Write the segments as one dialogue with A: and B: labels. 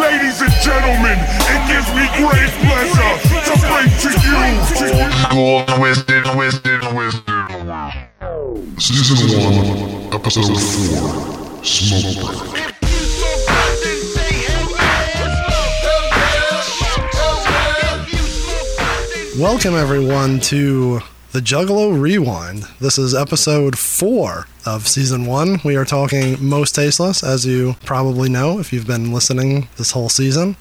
A: Ladies and gentlemen, it gives me great pleasure to bring to you.
B: All twisted, twisted, twisted. Season 1, Episode 4 Smoke Break.
C: Welcome, everyone, to the Juggalo Rewind. This is episode four of season one. We are talking Most Tasteless, as you probably know if you've been listening this whole season.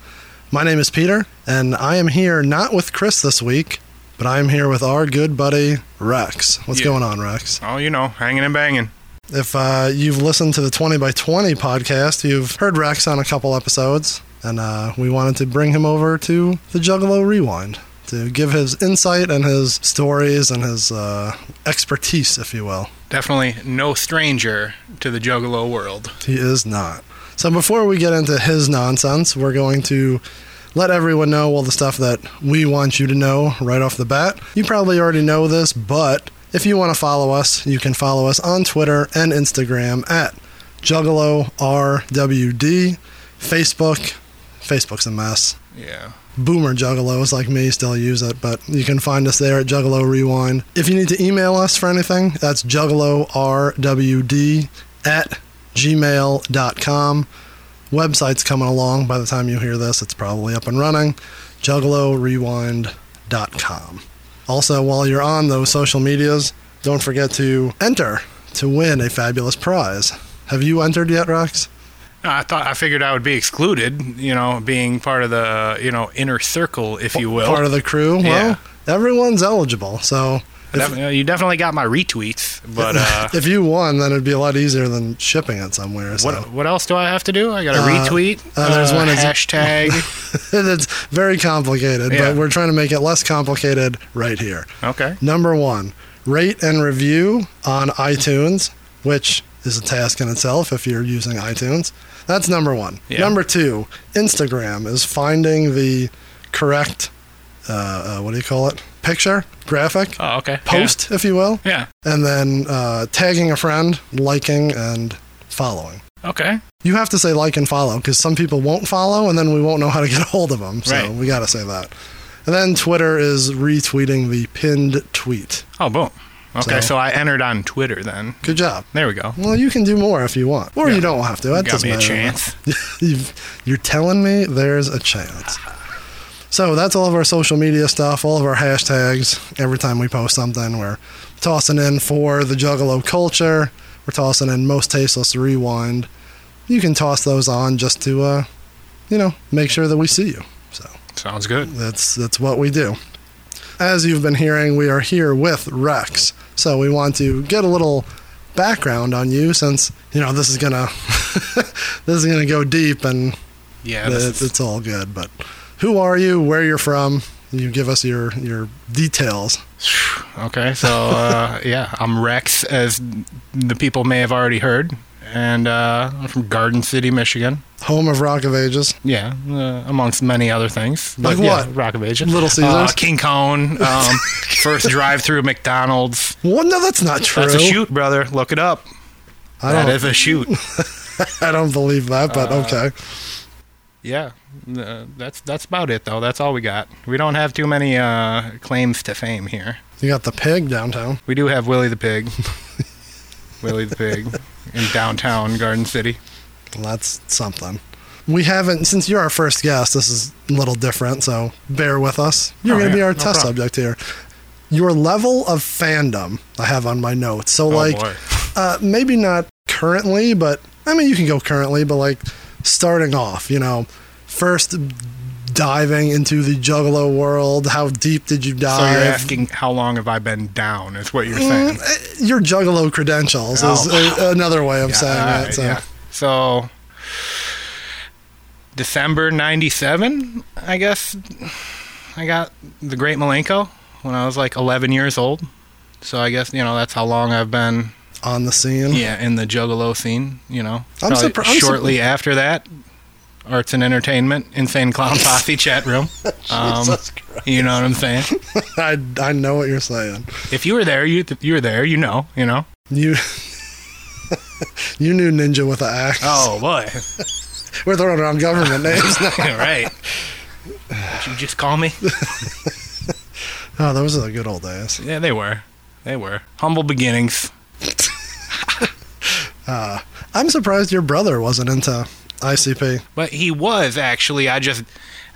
C: My name is Peter, and I am here not with Chris this week, but I am here with our good buddy Rex. What's
D: Yeah.
C: going on, Rex?
D: Oh, you know, hanging and banging.
C: If uh, you've listened to the 20 by 20 podcast, you've heard Rex on a couple episodes, and uh, we wanted to bring him over to the Juggalo Rewind to give his insight and his stories and his uh, expertise, if you will.
D: Definitely no stranger to the Juggalo world.
C: He is not. So before we get into his nonsense, we're going to let everyone know all the stuff that we want you to know right off the bat. You probably already know this, but if you want to follow us, you can follow us on Twitter and Instagram at Juggalo RWD, Facebook. Facebook's a mess.
D: Yeah.
C: Boomer Juggalos like me still use it, but you can find us there at Juggalo Rewind. If you need to email us for anything, that's juggalorwd at gmail.com. Website's coming along. By the time you hear this, it's probably up and running. juggalorewind.com. Also, while you're on those social medias, don't forget to enter to win a fabulous prize. Have you entered yet, Rex?
D: I thought I figured I would be excluded, you know, being part of the you know inner circle, if you will.
C: Part of the crew?
D: Yeah.
C: Well, everyone's eligible, so
D: Def- you definitely got my retweets, but uh,
C: if you won, then it'd be a lot easier than shipping it somewhere. So
D: what what else do I have to do? I got to
C: Uh,
D: retweet.
C: uh, there's one is-
D: hashtag.
C: it's very complicated,
D: Yeah.
C: but we're trying to make it less complicated right here.
D: okay.
C: Number one, rate and review on iTunes, which is a task in itself if you're using iTunes. That's number one.
D: Yeah.
C: Number two, Instagram is finding the correct, uh, uh, what do you call it? Picture, graphic,
D: Oh, okay. Yeah.
C: post, if you will,
D: Yeah.
C: and then uh, tagging a friend, liking, and following.
D: Okay.
C: You have to say like and follow because some people won't follow, and then we won't know how to get a hold of them. So
D: Right.
C: we got to say that. And then Twitter is retweeting the pinned tweet.
D: Oh, boom. Okay, so,
C: So-
D: I entered on Twitter then.
C: Good job.
D: There we go.
C: Well, you can do more if you want, or you don't have to. That
D: got
C: doesn't
D: me a
C: matter.
D: chance.
C: You've, you're telling me there's a chance. So that's all of our social media stuff, all of our hashtags. Every time we post something, we're tossing in for the Juggalo culture. We're tossing in most tasteless rewind. You can toss those on just to, uh, you know, make sure that we see you. So
D: Sounds good.
C: that's that's what we do. As you've been hearing, we are here with Rex. So we want to get a little background on you since, you know, this is going to this is going to go deep and
D: Yeah. this
C: it's,
D: is-
C: it's all good, but who are you? Where you're from? You give us your your details.
D: Okay, so uh, yeah, I'm Rex, as the people may have already heard, and uh, I'm from Garden City, Michigan.
C: Home of Rock of Ages.
D: Yeah, uh, amongst many other things.
C: Like
D: yeah,
C: what?
D: Rock of Ages,
C: Little Caesars?
D: uh, King Cone, um, first drive-through McDonald's.
C: Well, no, that's not true.
D: That's a shoot, brother. Look it up.
C: I
D: That
C: don't
D: is Uh, a shoot.
C: I don't believe that, but okay.
D: yeah, uh, that's that's about it though. That's all we got. We don't have too many uh, claims to fame here.
C: You got the pig downtown.
D: We do have Willie the Pig, Willie the Pig, in downtown Garden City.
C: Well, that's something. We haven't, since you're our first guest, this is a little different, so bear with us. You're
D: Oh,
C: going to be
D: yeah,
C: our
D: no
C: test
D: problem.
C: subject here. Your level of fandom, I have on my notes. So,
D: Oh,
C: like,
D: boy.
C: uh, maybe not currently, but I mean, you can go currently, but like starting off, you know, first diving into the Juggalo world, how deep did you
D: So you're
C: dive?
D: asking how long have I been down? Is what you're saying?
C: Mm-hmm. Mm, Your Juggalo credentials is a, another way of saying
D: Alright,
C: it. So,
D: Oh, yeah. So December '97, I guess I got the Great Malenko when I was like 11 years old. So I guess you know that's how long I've been
C: on the scene.
D: yeah in the Juggalo scene. You know,
C: I'm
D: Probably
C: surpri- I'm
D: shortly after that, Arts and Entertainment, Insane Clown Posse chat room. Um,
C: Jesus Christ.
D: you know what I'm saying?
C: I, I know what you're saying.
D: If you were there, you you were there. You know, you know.
C: You you knew Ninja with an axe.
D: Oh boy.
C: We're throwing around government names now.
D: right. Did you just call me?
C: Oh, those are the good old days.
D: Yeah, they were. They were. Humble beginnings.
C: I'm surprised your brother wasn't into ICP.
D: But he was actually. I just,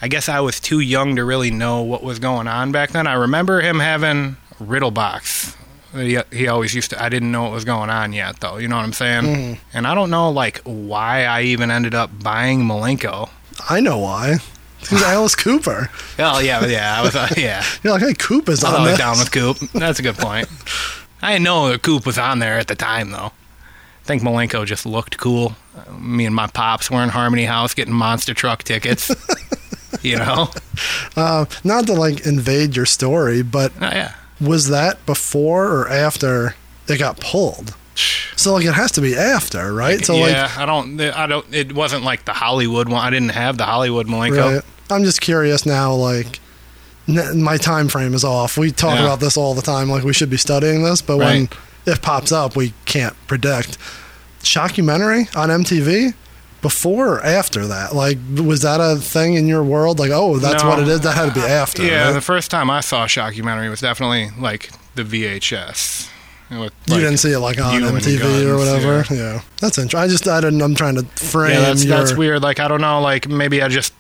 D: I guess I was too young to really know what was going on back then. I remember him having Riddle Box. He, he always used to. I didn't know what was going on yet, though. You know what I'm saying? And I don't know like why I even ended up buying Malenko.
C: I know why. He's Alice Cooper.
D: Oh yeah, yeah, I was. Uh, yeah,
C: You're like, hey, Coop is
D: I was
C: on
D: always
C: this.
D: down with Coop. That's a good point. I didn't know that Coop was on there at the time, though. I think Malenko just looked cool. Uh, Me and my pops were in Harmony House getting monster truck tickets. you know? Oh,
C: Uh, not to like invade your story, but
D: Oh, yeah.
C: was that before or after it got pulled? So like, it has to be after, right? So like,
D: yeah, I don't. I don't. It wasn't like the Hollywood one. I didn't have the Hollywood Malenko.
C: Right. I'm just curious now. Like, n- my time frame is off. We talk
D: Yeah.
C: about this all the time. Like, we should be studying this, but
D: Right.
C: when it pops up, we can't predict. Shockumentary on MTV. Before or after that, like, was that a thing in your world? Like, oh, that's
D: No.
C: what it is. That had to be after.
D: Yeah,
C: right?
D: the first time I saw a documentary was definitely like the VHS. With,
C: you
D: like-
C: didn't see it like on
D: you and
C: MTV or
D: guns,
C: whatever. Yeah. that's interesting. I just I didn't. I'm trying to frame.
D: Yeah, that's,
C: your,
D: that's weird. Like I don't know. Like maybe I just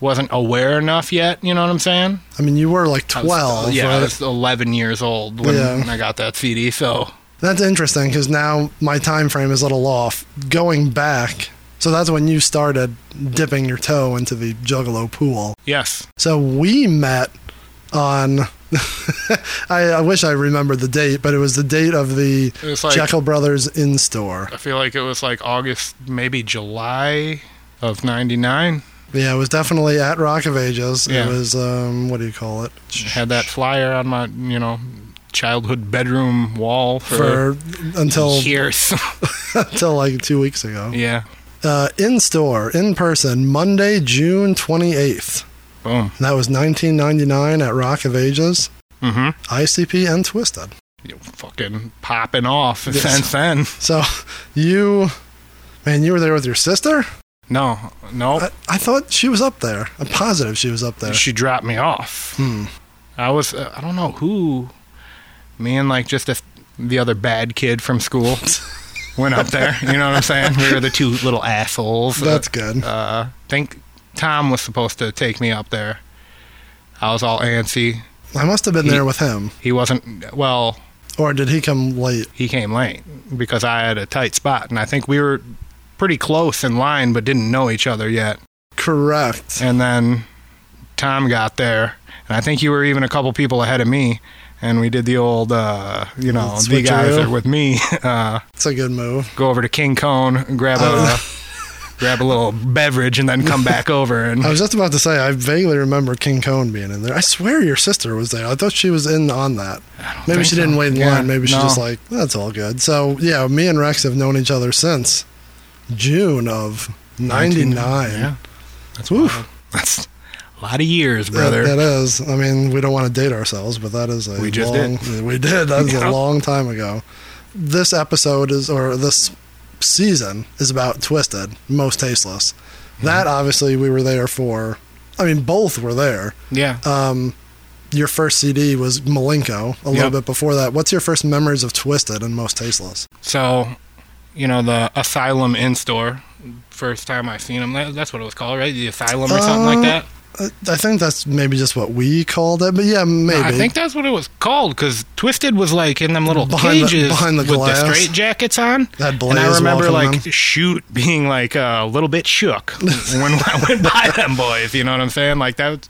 D: wasn't aware enough yet. You know what I'm saying?
C: I mean, you were like
D: I was- uh,
C: 12.
D: yeah, I
C: right?
D: was 11 years old when
C: Yeah.
D: I got that CD. So
C: That's interesting because now my time frame is a little off. Going back, so that's when you started dipping your toe into the Juggalo pool.
D: yes,
C: So we met on. I, I wish I remembered the date, but it was the date of the
D: It was like-
C: Jekyll Brothers in store.
D: I feel like it was like August, maybe July of '99.
C: Yeah, it was definitely at Rock of Ages.
D: Yeah.
C: It was um, what do you call it
D: Had that flyer on my, you know, childhood bedroom wall for,
C: for until
D: years.
C: until like two weeks ago.
D: yeah,
C: Uh, in store, in person, Monday, June twenty eighth.
D: boom.
C: And that was 1999 at Rock of Ages,
D: Mm-hmm.
C: ICP, and Twisted.
D: Fucking popping off
C: Yes.
D: since then.
C: So you, man, you were there with your sister?
D: No, no.
C: I, I thought she was up there. I'm positive she was up there.
D: She dropped me off.
C: Hmm.
D: I was, uh, I don't know who, me and like just a, the other bad kid from school went up there. You know what I'm saying? We were the two little assholes.
C: That's good.
D: Uh, I think Tom was supposed to take me up there. I was all antsy.
C: I must have been
D: he-
C: there with him.
D: He wasn't, well,
C: Or did he come late?
D: he came late because I had a tight spot. And I think we were pretty close in line, but didn't know each other yet.
C: Correct.
D: and then Tom got there, and I think you were even a couple people ahead of me, and we did the old, uh, you know, the guys
C: Switcheroo.
D: are with me. Uh,
C: It's a good move.
D: go over to King Cone, grab a
C: Oh.
D: grab a little beverage, and then come back over. And
C: I was just about to say, I vaguely remember King Cone being in there. I swear your sister was there. I thought she was in on that. Maybe
D: think
C: she didn't
D: so.
C: wait in
D: Yeah,
C: line. Maybe she
D: no.
C: just like, that's all good. So, yeah, me and Rex have known each other since June of 99.
D: yeah, that's
C: Oof.
D: wild. that's a lot of years,
C: That-
D: brother.
C: that is. I mean, we don't want to date ourselves, but that is a
D: We just
C: long, We did. That was
D: Yeah.
C: a long time ago. This episode is, or this season is about Twisted, most tasteless.
D: Mm-hmm.
C: That obviously we were there for. I mean, both were there.
D: yeah,
C: Um, your first CD was Malenko. A little
D: Yep.
C: bit before that. What's your first memories of Twisted and most tasteless?
D: so you know the Asylum in store. First time I seen him, that, that's what it was called, right? The Asylum or something
C: Uh,
D: like that.
C: Uh, I think that's maybe just what we called it, but yeah, maybe.
D: I think that's what it was called because Twisted was like in them little
C: Behind the-
D: cages
C: behind the
D: with
C: glass.
D: the straight jackets on.
C: that
D: And
C: Blaze
D: I remember
C: walking
D: like
C: in.
D: shoot being like uh, a little bit shook when I went by them boys. You know what I'm saying? Like that. was-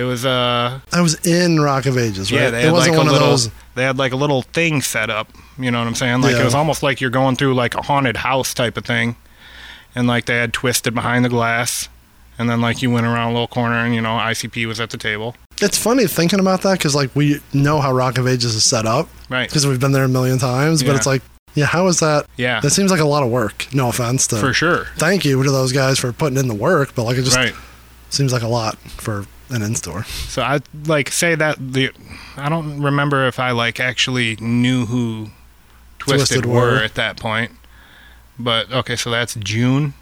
D: It was uh
C: I was in Rock of Ages, right?
D: yeah they
C: it
D: had like
C: wasn't
D: a
C: one
D: little
C: of those.
D: they had like a little thing set up. You know what I'm saying? Like
C: Yeah.
D: it was almost like you're going through like a haunted house type of thing, and like they had Twisted behind the glass, and then like you went around a little corner and you know ICP was at the table.
C: It's funny thinking about that because like we know how Rock of Ages is set up
D: Right.
C: because we've been there a million times, but
D: Yeah.
C: it's like, yeah, how is that?
D: Yeah.
C: That seems like a lot of work. No offense to.
D: For sure.
C: Thank you to those guys for putting in the work, but like it just
D: right.
C: seems like a lot for an in store.
D: So I like say that the I don't remember if I like actually knew who Twisted,
C: Twisted
D: were
C: were.
D: at that point. But okay, so that's June.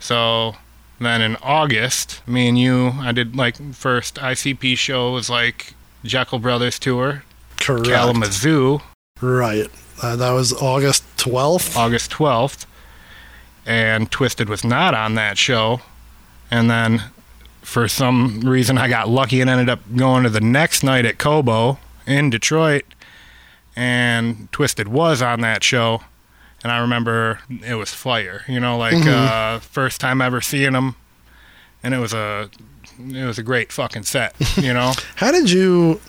D: So Then in August, me and you, I did like first ICP show was like Jekyll Brothers tour,
C: Correct.
D: Kalamazoo,
C: Right. Uh, that was August 12th.
D: August 12th, and Twisted was not on that show. And then for some reason, I got lucky and ended up going to the next night at Kobo in Detroit, and Twisted was on that show. And I remember it was fire, you know, like uh, first time ever seeing them, and it was a it was a great fucking set, you know.
C: How did you?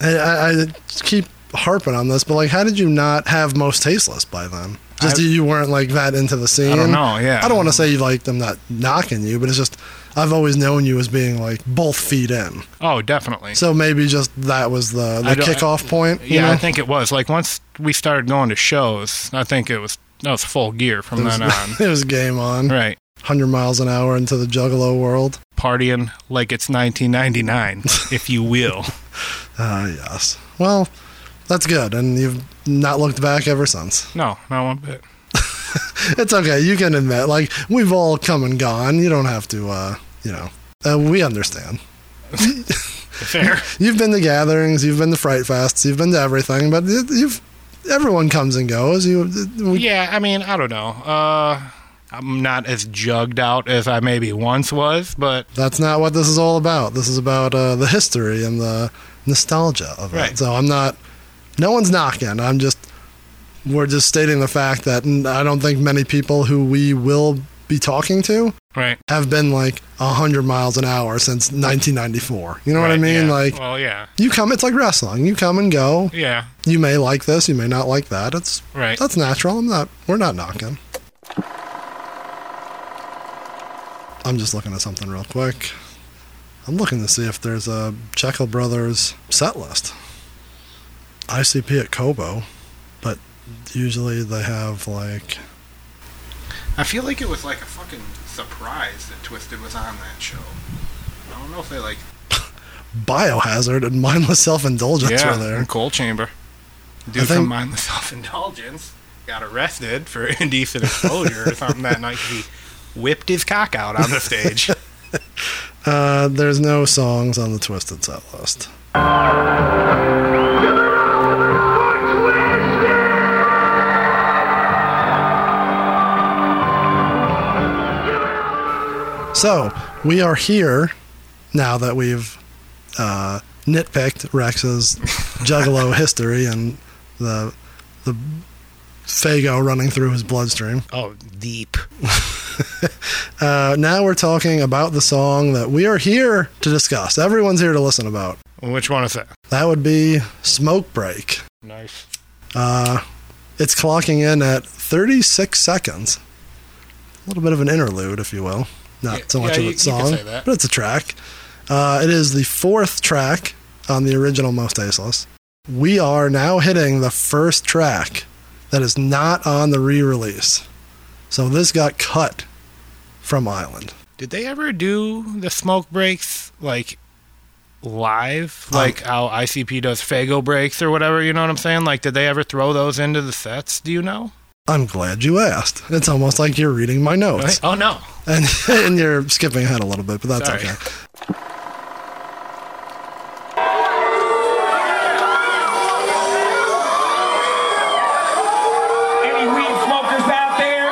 C: I, I, I keep harping on this, but like, how did you not have most tasteless by then? Just
D: I-
C: you weren't like that into the scene.
D: know, yeah.
C: I don't want to say like them not knocking you, but it's just I've always known you as being like both feet in.
D: Oh, definitely.
C: So maybe just that was the the
D: I don't-
C: kickoff point. you
D: Yeah, I
C: know?
D: think it was. Like once we started going to shows, I think it was that was full gear from then on.
C: it was game on.
D: right.
C: 100 miles an hour into the Juggalo world.
D: Partying like it's 1999, if you will.
C: Ah, yes. Well, that's good, and you've not looked back ever since.
D: No, not one bit.
C: It's okay. You can admit, like we've all come and gone. You don't have to, uh, you know. Uh, we understand.
D: Fair.
C: You've been to gatherings, you've been to fright fests, you've been to everything, but it, you've everyone comes and goes. You, it- we-
D: yeah, I mean, I don't know. Uh, I'm not as jugged out as I maybe once was, but
C: that's not what this is all about. This is about uh, the history and the nostalgia of it.
D: Right.
C: So I'm not. No one's knocking. I'm just. We're just stating the fact that n- I don't think many people who we will be talking to
D: right.
C: have been like 100 miles an hour since 1994. You know what I
D: Right,
C: mean?
D: yeah.
C: Like,
D: well, yeah,
C: you come, it's like wrestling. You come and go.
D: yeah,
C: You may like this, you may not like that. It's
D: right.
C: that's natural. I'm not. We're not knocking. I'm just looking at something real quick. I'm looking to see if there's a Jekyll Brothers set list. ICP at Kobo, but usually they have like
D: I feel like it was like a fucking surprise that Twisted was on that show. I don't know if they like.
C: Biohazard and Mindless Self Indulgence
D: yeah,
C: were there.
D: in coal chamber.
C: I
D: Dude
C: think-
D: from mindless self-indulgence got arrested for indecent exposure or something that night. 'cause He whipped his cock out on the stage.
C: Uh, there's no songs on the Twisted set list. So we are here now that we've uh, nitpicked Rex's Juggalo history and the the Fago running through his bloodstream.
D: oh, deep.
C: Uh, now we're talking about the song that we are here to discuss. Everyone's here to listen about.
D: Which one is that?
C: That would be Smoke Break.
D: Nice.
C: Uh, it's clocking in at 36 seconds. A little bit of an interlude, if you will. Not
D: Yeah,
C: so much
D: yeah,
C: of
D: you- you
C: a
D: could
C: song,
D: say that.
C: but it's a track. Uh, it is the fourth track on the original Most Tasteless. We are now hitting the first track that is not on the re release. So this got cut from Island.
D: Did they ever do the smoke breaks like live,
C: Um,
D: like how ICP does Fago breaks or whatever? You know what I'm saying? Like, did they ever throw those into the sets? Do you know?
C: I'm glad you asked. It's almost like you're reading my notes.
D: Oh no.
C: And, and you're skipping ahead a little bit, but that's
D: Sorry.
C: okay.
E: Any weed smokers out there?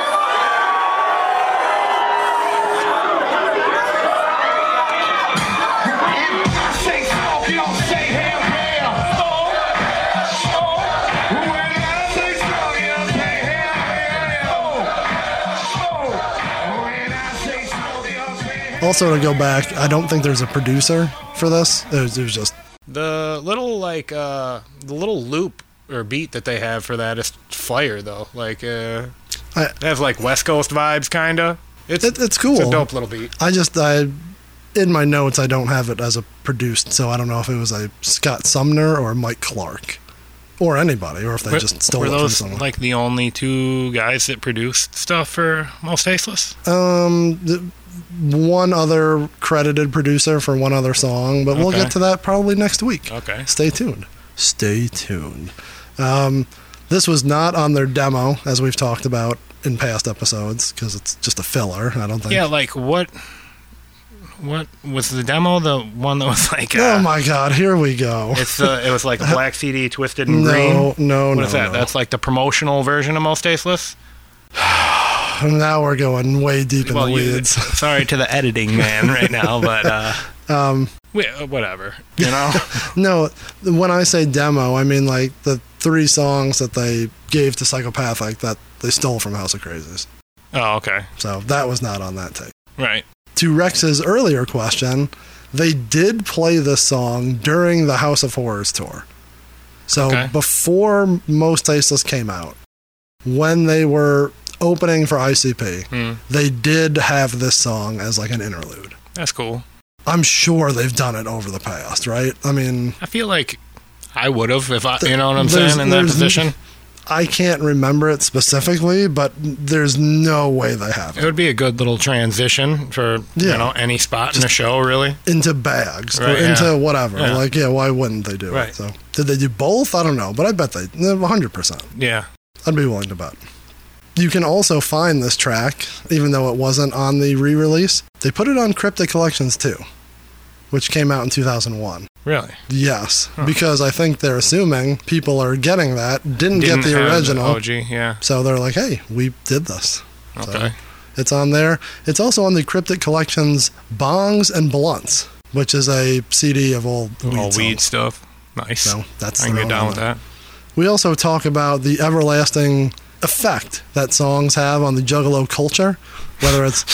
E: Say smoke, you don't say hell, hell. Smoke, smoke. When I say smoke, you don't say hell, hell. Smoke, smoke. When I say smoke, you don't say hell.
C: Also, to go back, I don't think there's a producer for this. It was, it was just
D: The little like uh the little loop or beat that they have for that is fire though. Like uh
C: I-
D: it has like West Coast vibes kinda. It's
C: it, it's cool.
D: it's a dope little beat.
C: I just I in my notes I don't have it as a produced, so I don't know if it was a Scott Sumner or Mike Clark or anybody, or if they just stole
D: Were
C: it
D: those
C: from someone.
D: like the only two guys that produced stuff for Most Tasteless?
C: um, th- one other credited producer for one other song, but we'll
D: Okay.
C: get to that probably next week.
D: Okay.
C: Stay tuned. Stay tuned. Um, this was not on their demo, as we've talked about in past episodes because it's just a filler. I don't think. Oh
D: Yeah, like what? What was the demo? The one that was like, uh,
C: oh my God! Here we go.
D: it's uh, it was like a black CD twisted in green.
C: No, no,
D: What
C: no,
D: is that?
C: no.
D: That's like the promotional version of Most Tasteless.
C: now we're going way deep in
D: Well,
C: the
D: you-
C: weeds.
D: sorry to the editing man right now, but uh,
C: Um,
D: we, uh, whatever. You know,
C: No, when I say demo, I mean like the three songs that they gave to Psychopathic that they stole from House of Crazies.
D: Oh, okay.
C: So that was not on that tape.
D: Right.
C: To Rex's earlier question, they did play this song during the House of Horrors tour. So
D: Okay.
C: before Most Tasteless came out, when they were opening for ICP,
D: Hmm.
C: they did have this song as like an interlude.
D: That's cool.
C: I'm sure they've done it over the past, right? I mean,
D: I feel like I would have if I, Mm-hmm. you know what I'm
C: There's-
D: saying, in that
C: there's-
D: position.
C: I can't remember it specifically, but there's no way they have
D: It
C: it.
D: would be a good little transition for
C: Yeah.
D: you know any spot in the show, really.
C: Into bags
D: Right,
C: or into
D: yeah.
C: whatever.
D: Yeah.
C: Like, yeah, why wouldn't they do
D: Right.
C: it? So, did they do both? I don't know, but I bet they, 100%.
D: Yeah.
C: I'd be willing to bet. You can also find this track, even though it wasn't on the re release. They put it on Cryptic Collections too, which came out in 2001.
D: Really.
C: Yes, because I think they're assuming people are getting that, didn't, get the
D: have
C: original.
D: OG. Yeah.
C: so they're like, hey, we did this.
D: Okay.
C: It's on there. It's also on the Cryptic Collections Bongs and Blunts, which is a CD of all weed,
D: All weed
C: songs.
D: stuff. Nice.
C: So that's
D: I can
C: their
D: get
C: own
D: down
C: on
D: with
C: there.
D: that.
C: We also talk about the everlasting effect that songs have on the Juggalo culture, whether it's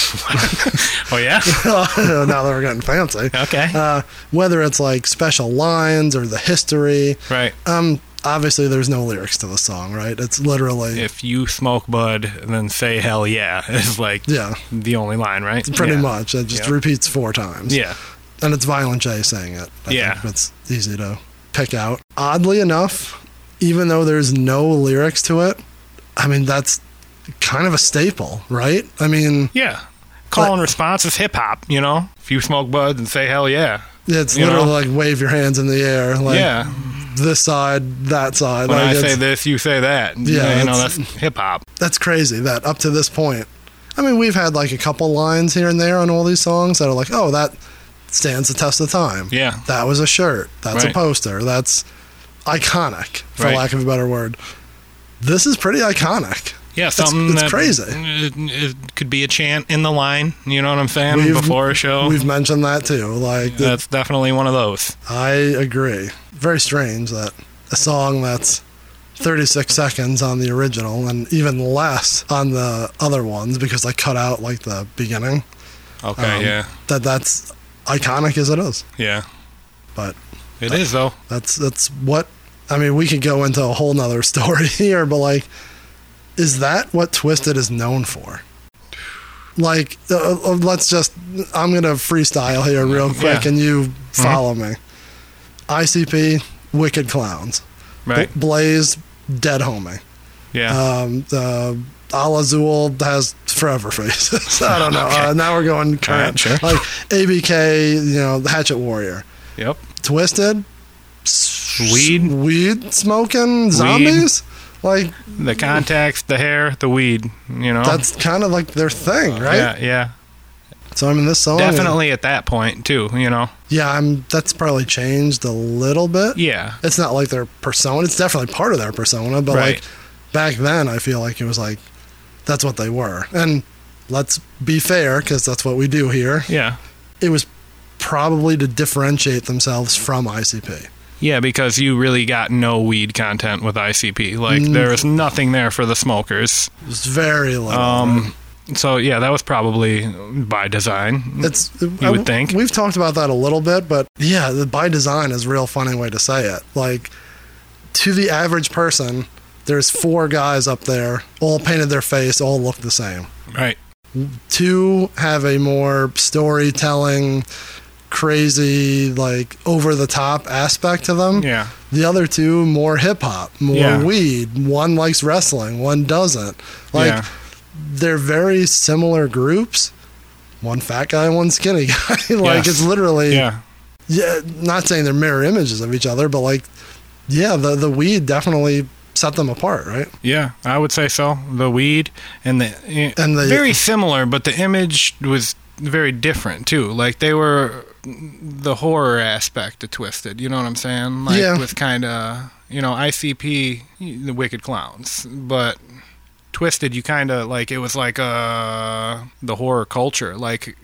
D: Oh yeah.
C: now that we're getting fancy,
D: Okay.
C: uh, whether it's like special lines or the history.
D: right.
C: Um, obviously, there's no lyrics to the song, right? It's literally
D: If you smoke bud, then say hell yeah is like
C: Yeah.
D: the only line, right?
C: pretty
D: Yeah.
C: much. It just
D: Yeah.
C: repeats four times.
D: Yeah.
C: and it's Violent J saying it. I
D: Yeah.
C: think it's easy to pick out. Oddly enough, even though there's no lyrics to it, I mean that's kind of a staple, right? I mean,
D: Yeah. Call
C: But-
D: and response is hip hop, you know? If you smoke bud, then say hell yeah.
C: it's
D: You
C: literally
D: know?
C: like wave your hands in the air, like
D: yeah.
C: this side, that side.
D: When I
C: like
D: say
C: it's-
D: this, you say that. Yeah.
C: Yeah,
D: You know,
C: that's-
D: that's hip hop.
C: that's crazy. That up to this point, I mean, we've had like a couple lines here and there on all these songs that are like, oh, that stands the test of time.
D: Yeah.
C: that was a shirt. That's a
D: Right.
C: poster. That's iconic, for
D: Right.
C: lack of a better word. This is pretty iconic.
D: Yeah,
C: It's-
D: something
C: it's
D: that-
C: crazy.
D: It, it could be a chant in the line. You know what I'm saying?
C: We've-
D: Before a show,
C: We've mentioned that too. Like, th-
D: that's definitely one of those.
C: I agree. Very strange that a song that's 36 seconds on the original and even less on the other ones because I cut out like the beginning.
D: Okay,
C: um,
D: yeah,
C: That that's iconic as it is.
D: yeah,
C: But
D: It is though.
C: That's that's what I mean. We could go into a whole nother story here, but like, is that what Twisted is known for? Like, uh, uh, let's just I'm gonna freestyle here real quick,
D: Yeah. Mm-hmm.
C: and you follow me. ICP, Wicked Clowns,
D: Right?
C: Bl- Blaze, Dead Homie,
D: yeah,
C: um, uh, Al Azul has Forever Faces. I don't know. Uh, now we're going current,
D: sure.
C: like ABK, you know, the Hatchet Warrior.
D: yep.
C: Twisted,
D: Weed.
C: S- weed smoking zombies. Like
D: The contacts, the hair, the weed. You know,
C: that's kind of like their thing, right?
D: Oh. yeah,
C: Oh,
D: yeah.
C: So I mean, this song
D: Definitely at that point too. You know,
C: Yeah, I'm. That's probably changed a little bit.
D: yeah,
C: It's not like their persona. It's definitely part of their persona, but
D: Right.
C: like back then, I feel like it was like that's what they were. And let's be fair, because that's what we do here.
D: yeah,
C: It was probably to differentiate themselves from ICP.
D: yeah. Because you really got no weed content with ICP. Like
C: Mm.
D: there is nothing there for the smokers.
C: It was very low.
D: Um, so yeah, that was probably by design.
C: It's you
D: Mm-hmm. would think.
C: we've talked about that a little bit, but yeah, the by design is a real funny way to say it. Like to the average person, there's four guys up there, all painted their face, all look the same.
D: right.
C: Two have a more storytelling, crazy, like over the top aspect to them.
D: Yeah.
C: The other two more hip hop, more
D: Yeah.
C: weed. One likes wrestling, one doesn't. Like
D: yeah.
C: they're very similar groups. One fat guy, one skinny guy. like
D: Yes.
C: it's literally yeah.
D: Yeah.
C: Not saying they're mirror images of each other, but like yeah, the the weed definitely set them apart, right?
F: Yeah, I would say so. The weed and the eh,
C: And the-
F: very similar, but the image was very different too. Like they were the horror aspect of Twisted. You know what I'm saying? Like
C: Yeah.
F: With kind of you know ICP, the Wicked Clowns, but Twisted, you kind of like it was like uh the horror culture, like.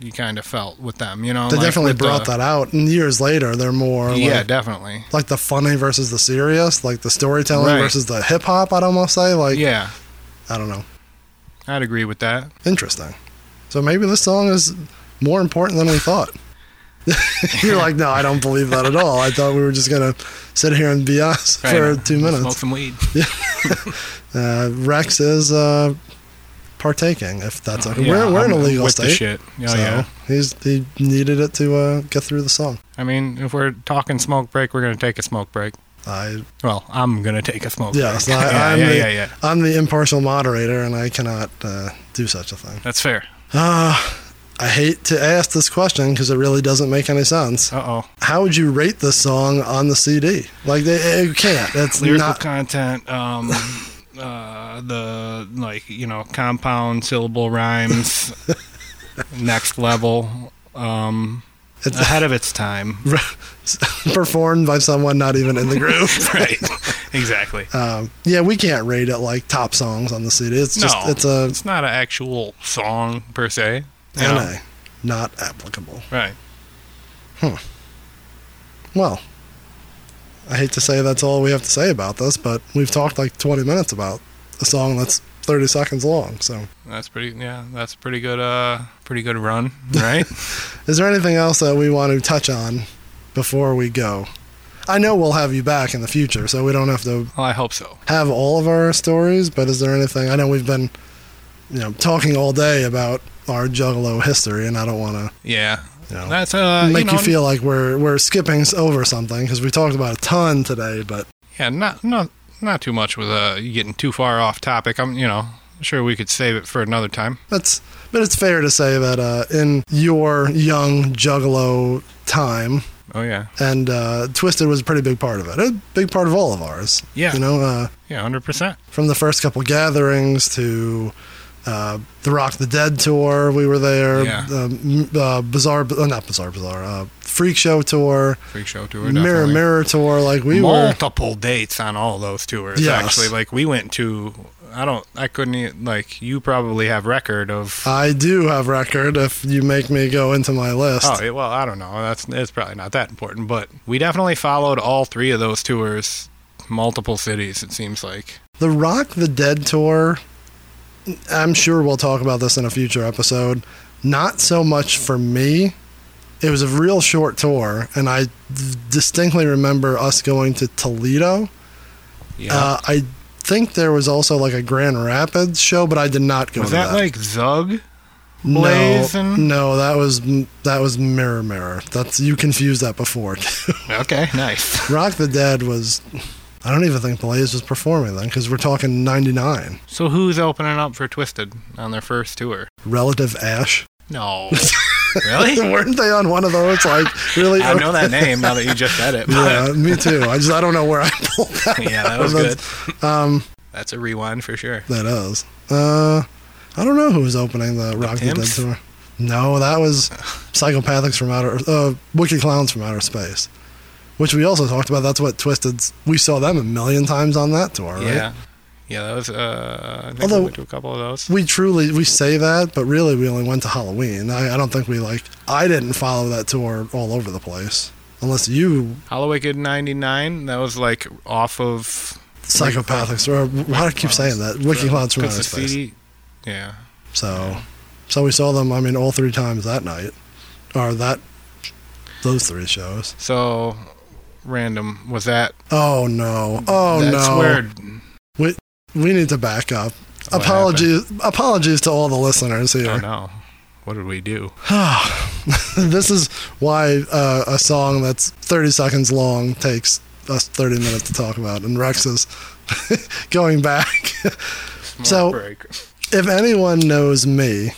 F: You kind of felt with them, you know.
C: They
F: like,
C: definitely
F: with
C: brought
F: the,
C: that out. And years later, they're more
F: Yeah,
C: like,
F: definitely.
C: like the funny versus the serious, like the storytelling
F: Right.
C: versus the hip hop, I'd almost say. Like,
F: Yeah,
C: I don't know.
F: I'd agree with that.
C: Interesting. So maybe this song is more important than we thought. You're like, no, I don't believe that at all. I thought we were just going to sit here and BS for
F: Right.
C: two
F: Smoke
C: minutes.
F: some weed.
C: Uh, Rex is uh, partaking, if that's okay. we're we're in a
F: I'm
C: legal
F: with
C: state.
F: The shit. Oh,
C: so
F: yeah.
C: he's, he needed it to uh, get through the song.
F: I mean, if we're talking smoke break, we're gonna take a smoke break.
C: I
F: Well, I'm gonna take a smoke
C: Yes,
F: break.
C: I,
F: yeah,
C: I'm,
F: yeah,
C: the,
F: yeah, yeah.
C: I'm the impartial moderator, and I cannot uh, do such a thing.
F: That's fair.
C: Uh, I hate to ask this question because it really doesn't make any sense.
F: Uh oh.
C: How would you rate this song on the CD? Like, they, you can't. That's
F: Lyrical
C: not.
F: content. Um, uh, the like you know compound syllable rhymes. next level. Um,
C: It's-
F: ahead of its time.
C: performed by someone not even in the group.
F: right. Exactly.
C: um, yeah, we can't rate it like top songs on the CD. It's
F: no,
C: just it's a
F: it's not an actual song per se. you know?
C: NA, not applicable.
F: Right.
C: Well, I hate to say that's all we have to say about this, but we've talked like 20 minutes about a song that's 30 seconds long. So,
F: That's pretty. Yeah, that's a pretty good. Uh, pretty good run. Right.
C: is there anything else that we want to touch on before we go? I know we'll have you back in the future, so we don't have to
F: well, I hope so.
C: have all of our stories, but is there anything? I know we've been, you know, talking all day about our Juggalo history, and I don't want to
F: Yeah.
C: You know,
F: That's uh,
C: make
F: you,
C: you,
F: know,
C: feel like we're we're skipping over something because we talked about a ton today, but
F: Yeah, not not not too much with uh getting too far off topic. I'm you know sure we could save it for another time.
C: That's but it's fair to say that uh, in your young Juggalo time,
F: Oh yeah,
C: and uh, Twisted was a pretty big part of it. A big part of all of ours.
F: Yeah.
C: You know, uh,
F: yeah, hundred percent.
C: from the first couple gatherings to uh, the Rock the Dead tour, we were there.
F: Yeah.
C: The m- uh, Bizarre, uh, not Bizarre, Bizarre, uh, Freak Show tour,
F: Freak show tour.
C: Mirror
F: definitely.
C: Mirror tour. Like we were.
F: multiple dates on all those tours.
C: Yes.
F: Actually, like we went to. I don't. I couldn't. e like you probably have record of.
C: I do have record if you make me go into my list.
F: Oh yeah, well, I don't know. That's it's probably not that important, but we definitely followed all three of those tours, multiple cities. It seems like.
C: The Rock the Dead tour, I'm sure we'll talk about this in a future episode. Not so much for me. It was a real short tour, and I distinctly remember us going to Toledo.
F: Yeah.
C: Uh, I think there was also like a Grand Rapids show, but I did not go
F: Was
C: to
F: that,
C: that.
F: like Zug?
C: no,
F: Blaze and-
C: no, that was that was Mirror Mirror. That's you confused that before.
F: Okay, nice.
C: Rock the Dead was. I don't even think Blaze was performing then because we're talking '99.
F: So who's opening up for Twisted on their first tour?
C: Relative Ash.
F: No. really?
C: weren't they on one of those like really
F: I know that name now that you just said it.
C: yeah
F: But
C: me too i just i don't know where i pulled that
F: yeah, that was good.
C: um
F: That's a rewind for sure.
C: that is uh i don't know who was opening the rock the dead
F: Pimps?
C: tour no that was psychopathics from outer uh wicked clowns from outer space which we also talked about that's what twisted's we saw them a million times on that tour right
F: Yeah. Yeah, that was uh I think
C: Although-
F: we went to a couple of those.
C: we truly we say that but really we only went to halloween I, I don't think we like i didn't follow that tour all over the place unless you
F: Hollow Wicked ninety nine, that was like off of
C: psychopathics or why do i keep saying that wicked clowns from
F: because
C: outer
F: the
C: space
F: CD Yeah.
C: So, so we saw them. I mean, all three times that night, or that those three shows.
F: So random was that
C: Oh no! Oh
F: that's
C: no!
F: where
C: We need to back up.
F: What
C: apologies, apologies to all the listeners
F: I
C: here.
F: don't know. What did we do?
C: this is why uh, a song that's 30 seconds long takes us 30 minutes to talk about, and Rex is going back. So-
F: break.
C: if anyone knows me,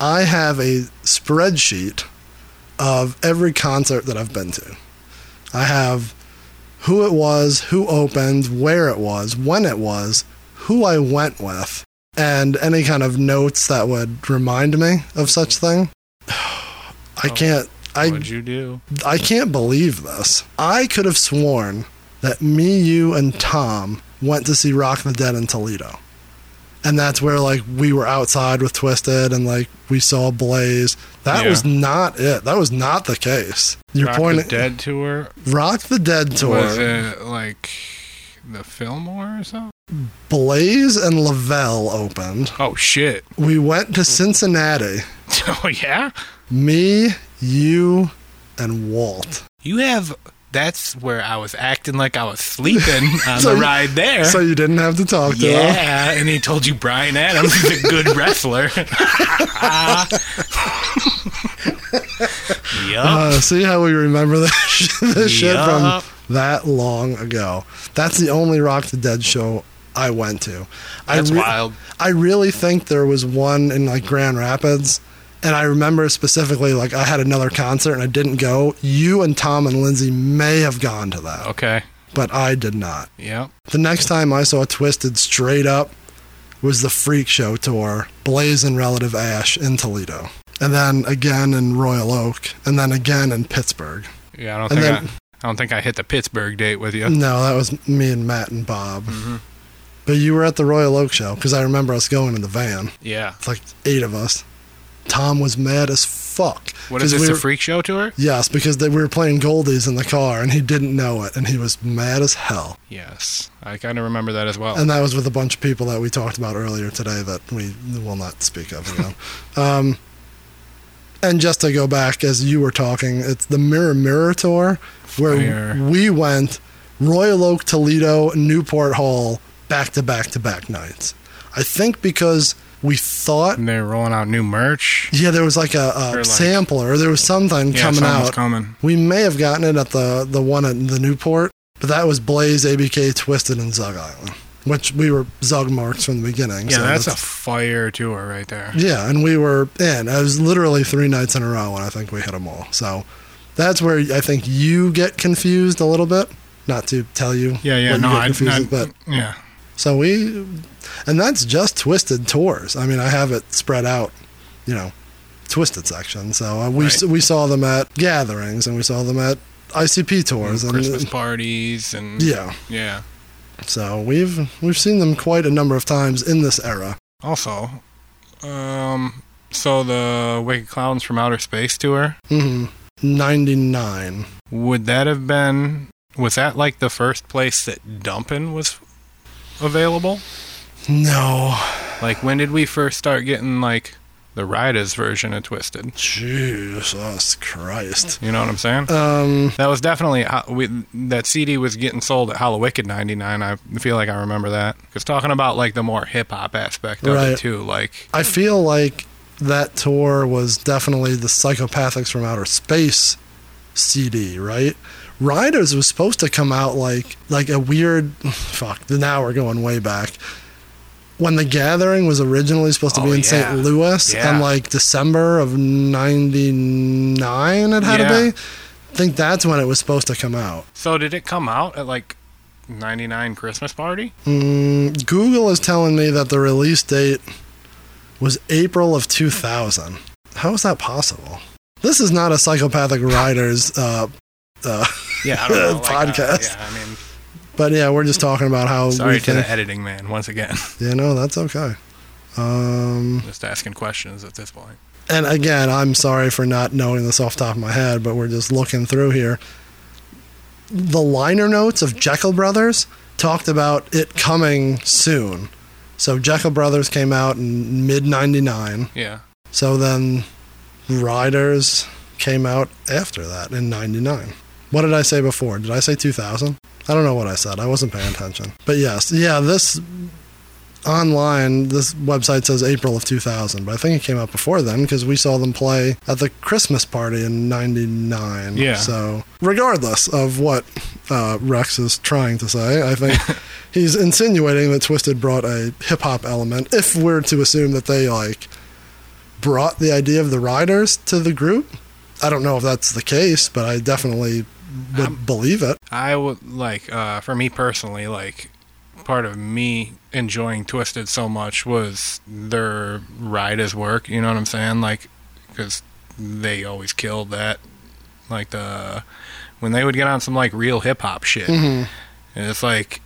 C: I have a spreadsheet of every concert that I've been to. I have who it was, who opened, where it was, when it was, who I went with, and any kind of notes that would remind me of such thing. I can't. I
F: What'd you do?
C: I can't believe this. I could have sworn that me, you, and Tom went to see Rock the Dead in Toledo. And that's where like we were outside with Twisted and like we saw Blaze. That
F: Yeah.
C: was not it. That was not the case. You're
F: Rock
C: pointing
F: the Dead tour?
C: Rock the Dead tour.
F: Was it like the Fillmore or something?
C: Blaze and Lavelle opened.
F: Oh shit!
C: We went to Cincinnati.
F: Oh yeah.
C: Me, you, and Walt.
F: You have. That's where I was acting like I was sleeping on
C: So
F: the
C: you-
F: ride there.
C: So you didn't have to talk to them.
F: yeah, and he told you Brian Adams is a good wrestler. yup.
C: Uh, see how we remember this, sh- this shit
F: Yup.
C: from that long ago. That's the only Rock the Dead show I went to.
F: That's
C: I
F: wild.
C: I really think there was one in like Grand Rapids, and I remember specifically like I had another concert and I didn't go. You and Tom and Lindsay may have gone to that,
F: Okay.
C: but I did not.
F: Yep.
C: The next time I saw Twisted straight up was the Freak Show tour, Blaze and Relative Ash in Toledo. And then again in Royal Oak, and then again in Pittsburgh.
F: Yeah, I don't
C: And
F: think
C: then-
F: I, I don't think I hit the Pittsburgh date with you.
C: No, that was me and Matt and Bob.
F: Mm-hmm.
C: But you were at the Royal Oak show because I remember us going in the van.
F: Yeah.
C: It's like eight of us. Tom was mad as fuck.
F: What is
C: 'cause
F: this?
C: we
F: a
C: were-
F: freak show tour?
C: Yes, because they, we were playing Goldies in the car and he didn't know it and he was mad as hell.
F: Yes, I kind of remember that as well.
C: And that was with a bunch of people that we talked about earlier today that we will not speak of. You know. um, and just to go back, as you were talking, it's the Mirror Mirror Tour where
F: Fire.
C: we went Royal Oak, Toledo, Newport Hall, back to back to back nights. I think because we thought,
F: and they're rolling out new merch.
C: yeah, there was like a, a
F: Or like-
C: sampler, or there was something
F: Yeah,
C: coming
F: something's
C: out.
F: coming.
C: We may have gotten it at the the one at the Newport, but that was Blaze, ABK, Twisted, and Zug Island, which we were Zug marks from the beginning.
F: Yeah,
C: so
F: that's a fire tour right there.
C: yeah, and we were in. It was literally three nights in a row, and I think we hit them all. So that's where I think you get confused a little bit. Not to tell you,
F: Yeah, yeah,
C: what
F: no,
C: you get
F: I,
C: confused
F: I
C: with, but
F: yeah,
C: so we, and that's just Twisted tours. I mean, I have it spread out, you know, Twisted section. So uh, we
F: Right.
C: we saw them at gatherings, and we saw them at ICP tours, and
F: Christmas parties and
C: yeah.
F: yeah.
C: So we've we've seen them quite a number of times in this era.
F: Also, um, so the Wicked Clowns from Outer Space tour
C: hmm Ninety nine.
F: would that have been? Was that like the first place that Dumpin' was available?
C: No,
F: Like when did we first start getting like the Riders version of Twisted?
C: Jesus Christ.
F: You know what I'm saying?
C: Um,
F: That was definitely ho- we, that CD was getting sold at Hollow Wicked '99. I feel like I remember that because talking about like the more hip hop aspect of
C: Right.
F: it too, like
C: I feel like that tour was definitely the Psychopathics from Outer Space CD, right? Riders was supposed to come out like like a weird fuck. Now we're going way back. When the gathering was originally supposed to
F: Oh,
C: be in
F: yeah.
C: St. Louis,
F: Yeah.
C: in like December of '99, it had
F: Yeah.
C: to be. I think that's when it was supposed to come out.
F: so did it come out at like '99 Christmas party?
C: Mm, Google is telling me that the release date was April of 2000. How is that possible? This is not a psychopathic riders, uh, uh,
F: Yeah, I don't know, like, uh,
C: Podcast.
F: yeah, I mean,
C: but yeah, we're just talking about how
F: sorry
C: we
F: to
C: think.
F: the editing man once again.
C: You know, that's okay. Um,
F: Just asking questions at this point.
C: and again, I'm sorry for not knowing this off the top of my head, but we're just looking through here. The liner notes of Jekyll Brothers talked about it coming soon. So Jekyll Brothers came out in mid 99.
F: Yeah,
C: So then Riders came out after that in 99. What did I say before? Did I say 2000? I don't know what I said. I wasn't paying attention. But yes, yeah, this online, this website says April of 2000, but I think it came out before then because we saw them play at the Christmas party in 99.
F: Yeah.
C: So, regardless of what uh, Rex is trying to say, I think he's insinuating that Twisted brought a hip hop element, if we're to assume that they like brought the idea of the riders to the group. I don't know if that's the case, but I definitely would believe it.
F: I would like, uh, for me personally, like part of me enjoying Twisted so much was their ride as work. You know what I'm saying? Like, because they always killed that, like the when they would get on some like real hip hop shit,
C: Mm-hmm.
F: and it's like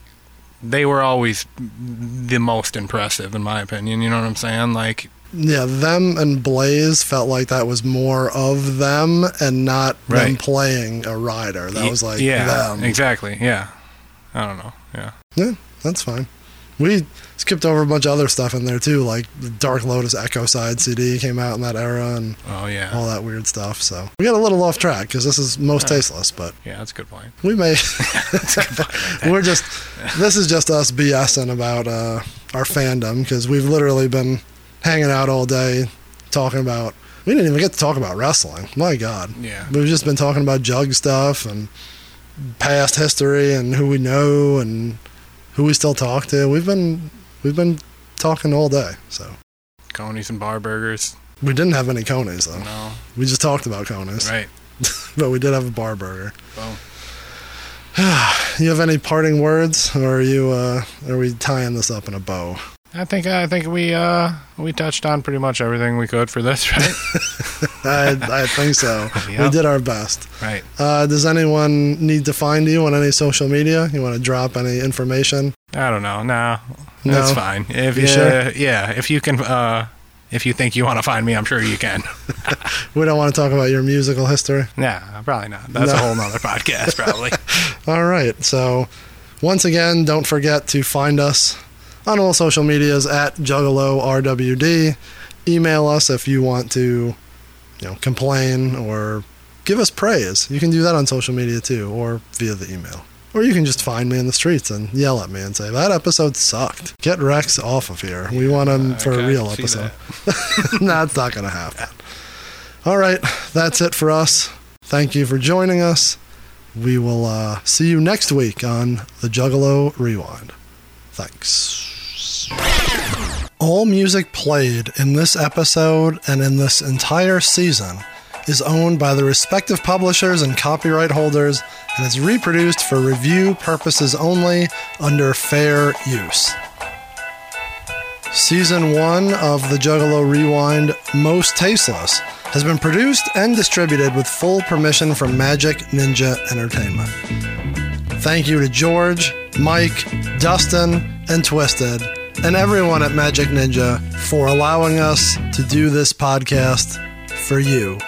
F: they were always the most impressive in my opinion. You know what I'm saying? Like,
C: Yeah, them and Blaze felt like that was more of them and not them
F: Right.
C: playing a rider. That
F: y-
C: was like
F: yeah,
C: them.
F: exactly, yeah. I don't know, yeah.
C: Yeah, that's fine. We skipped over a bunch of other stuff in there too, like the Dark Lotus Echo Side CD came out in that era and
F: Oh yeah,
C: all that weird stuff. So we got a little off track because this is most tasteless, but
F: yeah. That's a good point.
C: we may. we're just. This is just us BSing about uh, our fandom because we've literally been hanging out all day talking about. We didn't even get to talk about wrestling. My God.
F: Yeah.
C: We've just been talking about jug stuff and past history and who we know and who we still talk to. We've been we've been talking all day. So
F: Coney's and bar burgers.
C: we didn't have any conies though.
F: No,
C: We just talked about conies,
F: right.
C: but we did have a bar burger.
F: Boom.
C: You have any parting words, or are you? Uh, are we tying this up in a bow?
F: I think I think we uh we touched on pretty much everything we could for this, right?
C: I, I think so. We
F: Yeah.
C: did our best.
F: right.
C: Uh, does anyone need to find you on any social media? You want to drop any information?
F: I don't know. No,
C: No?
F: that's fine. If
C: You
F: you,
C: sure?
F: yeah, if you can, uh, if you think you want to find me, I'm sure you can.
C: We don't want to talk about your musical history.
F: nah, probably not. That's
C: No.
F: a whole nother podcast, probably.
C: All right. So, once again, don't forget to find us on all social medias at Juggalo RWD. Email us if you want to, you know, complain or give us praise. You can do that on social media too, or via the email. Or you can just find me in the streets and yell at me and say that episode sucked. Get Rex off of here. We want him for a
F: Okay, I
C: real
F: can see
C: episode. That's not gonna happen. All right, that's it for us. Thank you for joining us. We will uh, see you next week on the Juggalo Rewind. Thanks. All music played in this episode and in this entire season is owned by the respective publishers and copyright holders and is reproduced for review purposes only under fair use. Season 1 of the Juggalo Rewind Most Tasteless has been produced and distributed with full permission from Magic Ninja Entertainment. Thank you to George, Mike, Dustin, and Twisted, and everyone at Magic Ninja for allowing us to do this podcast for you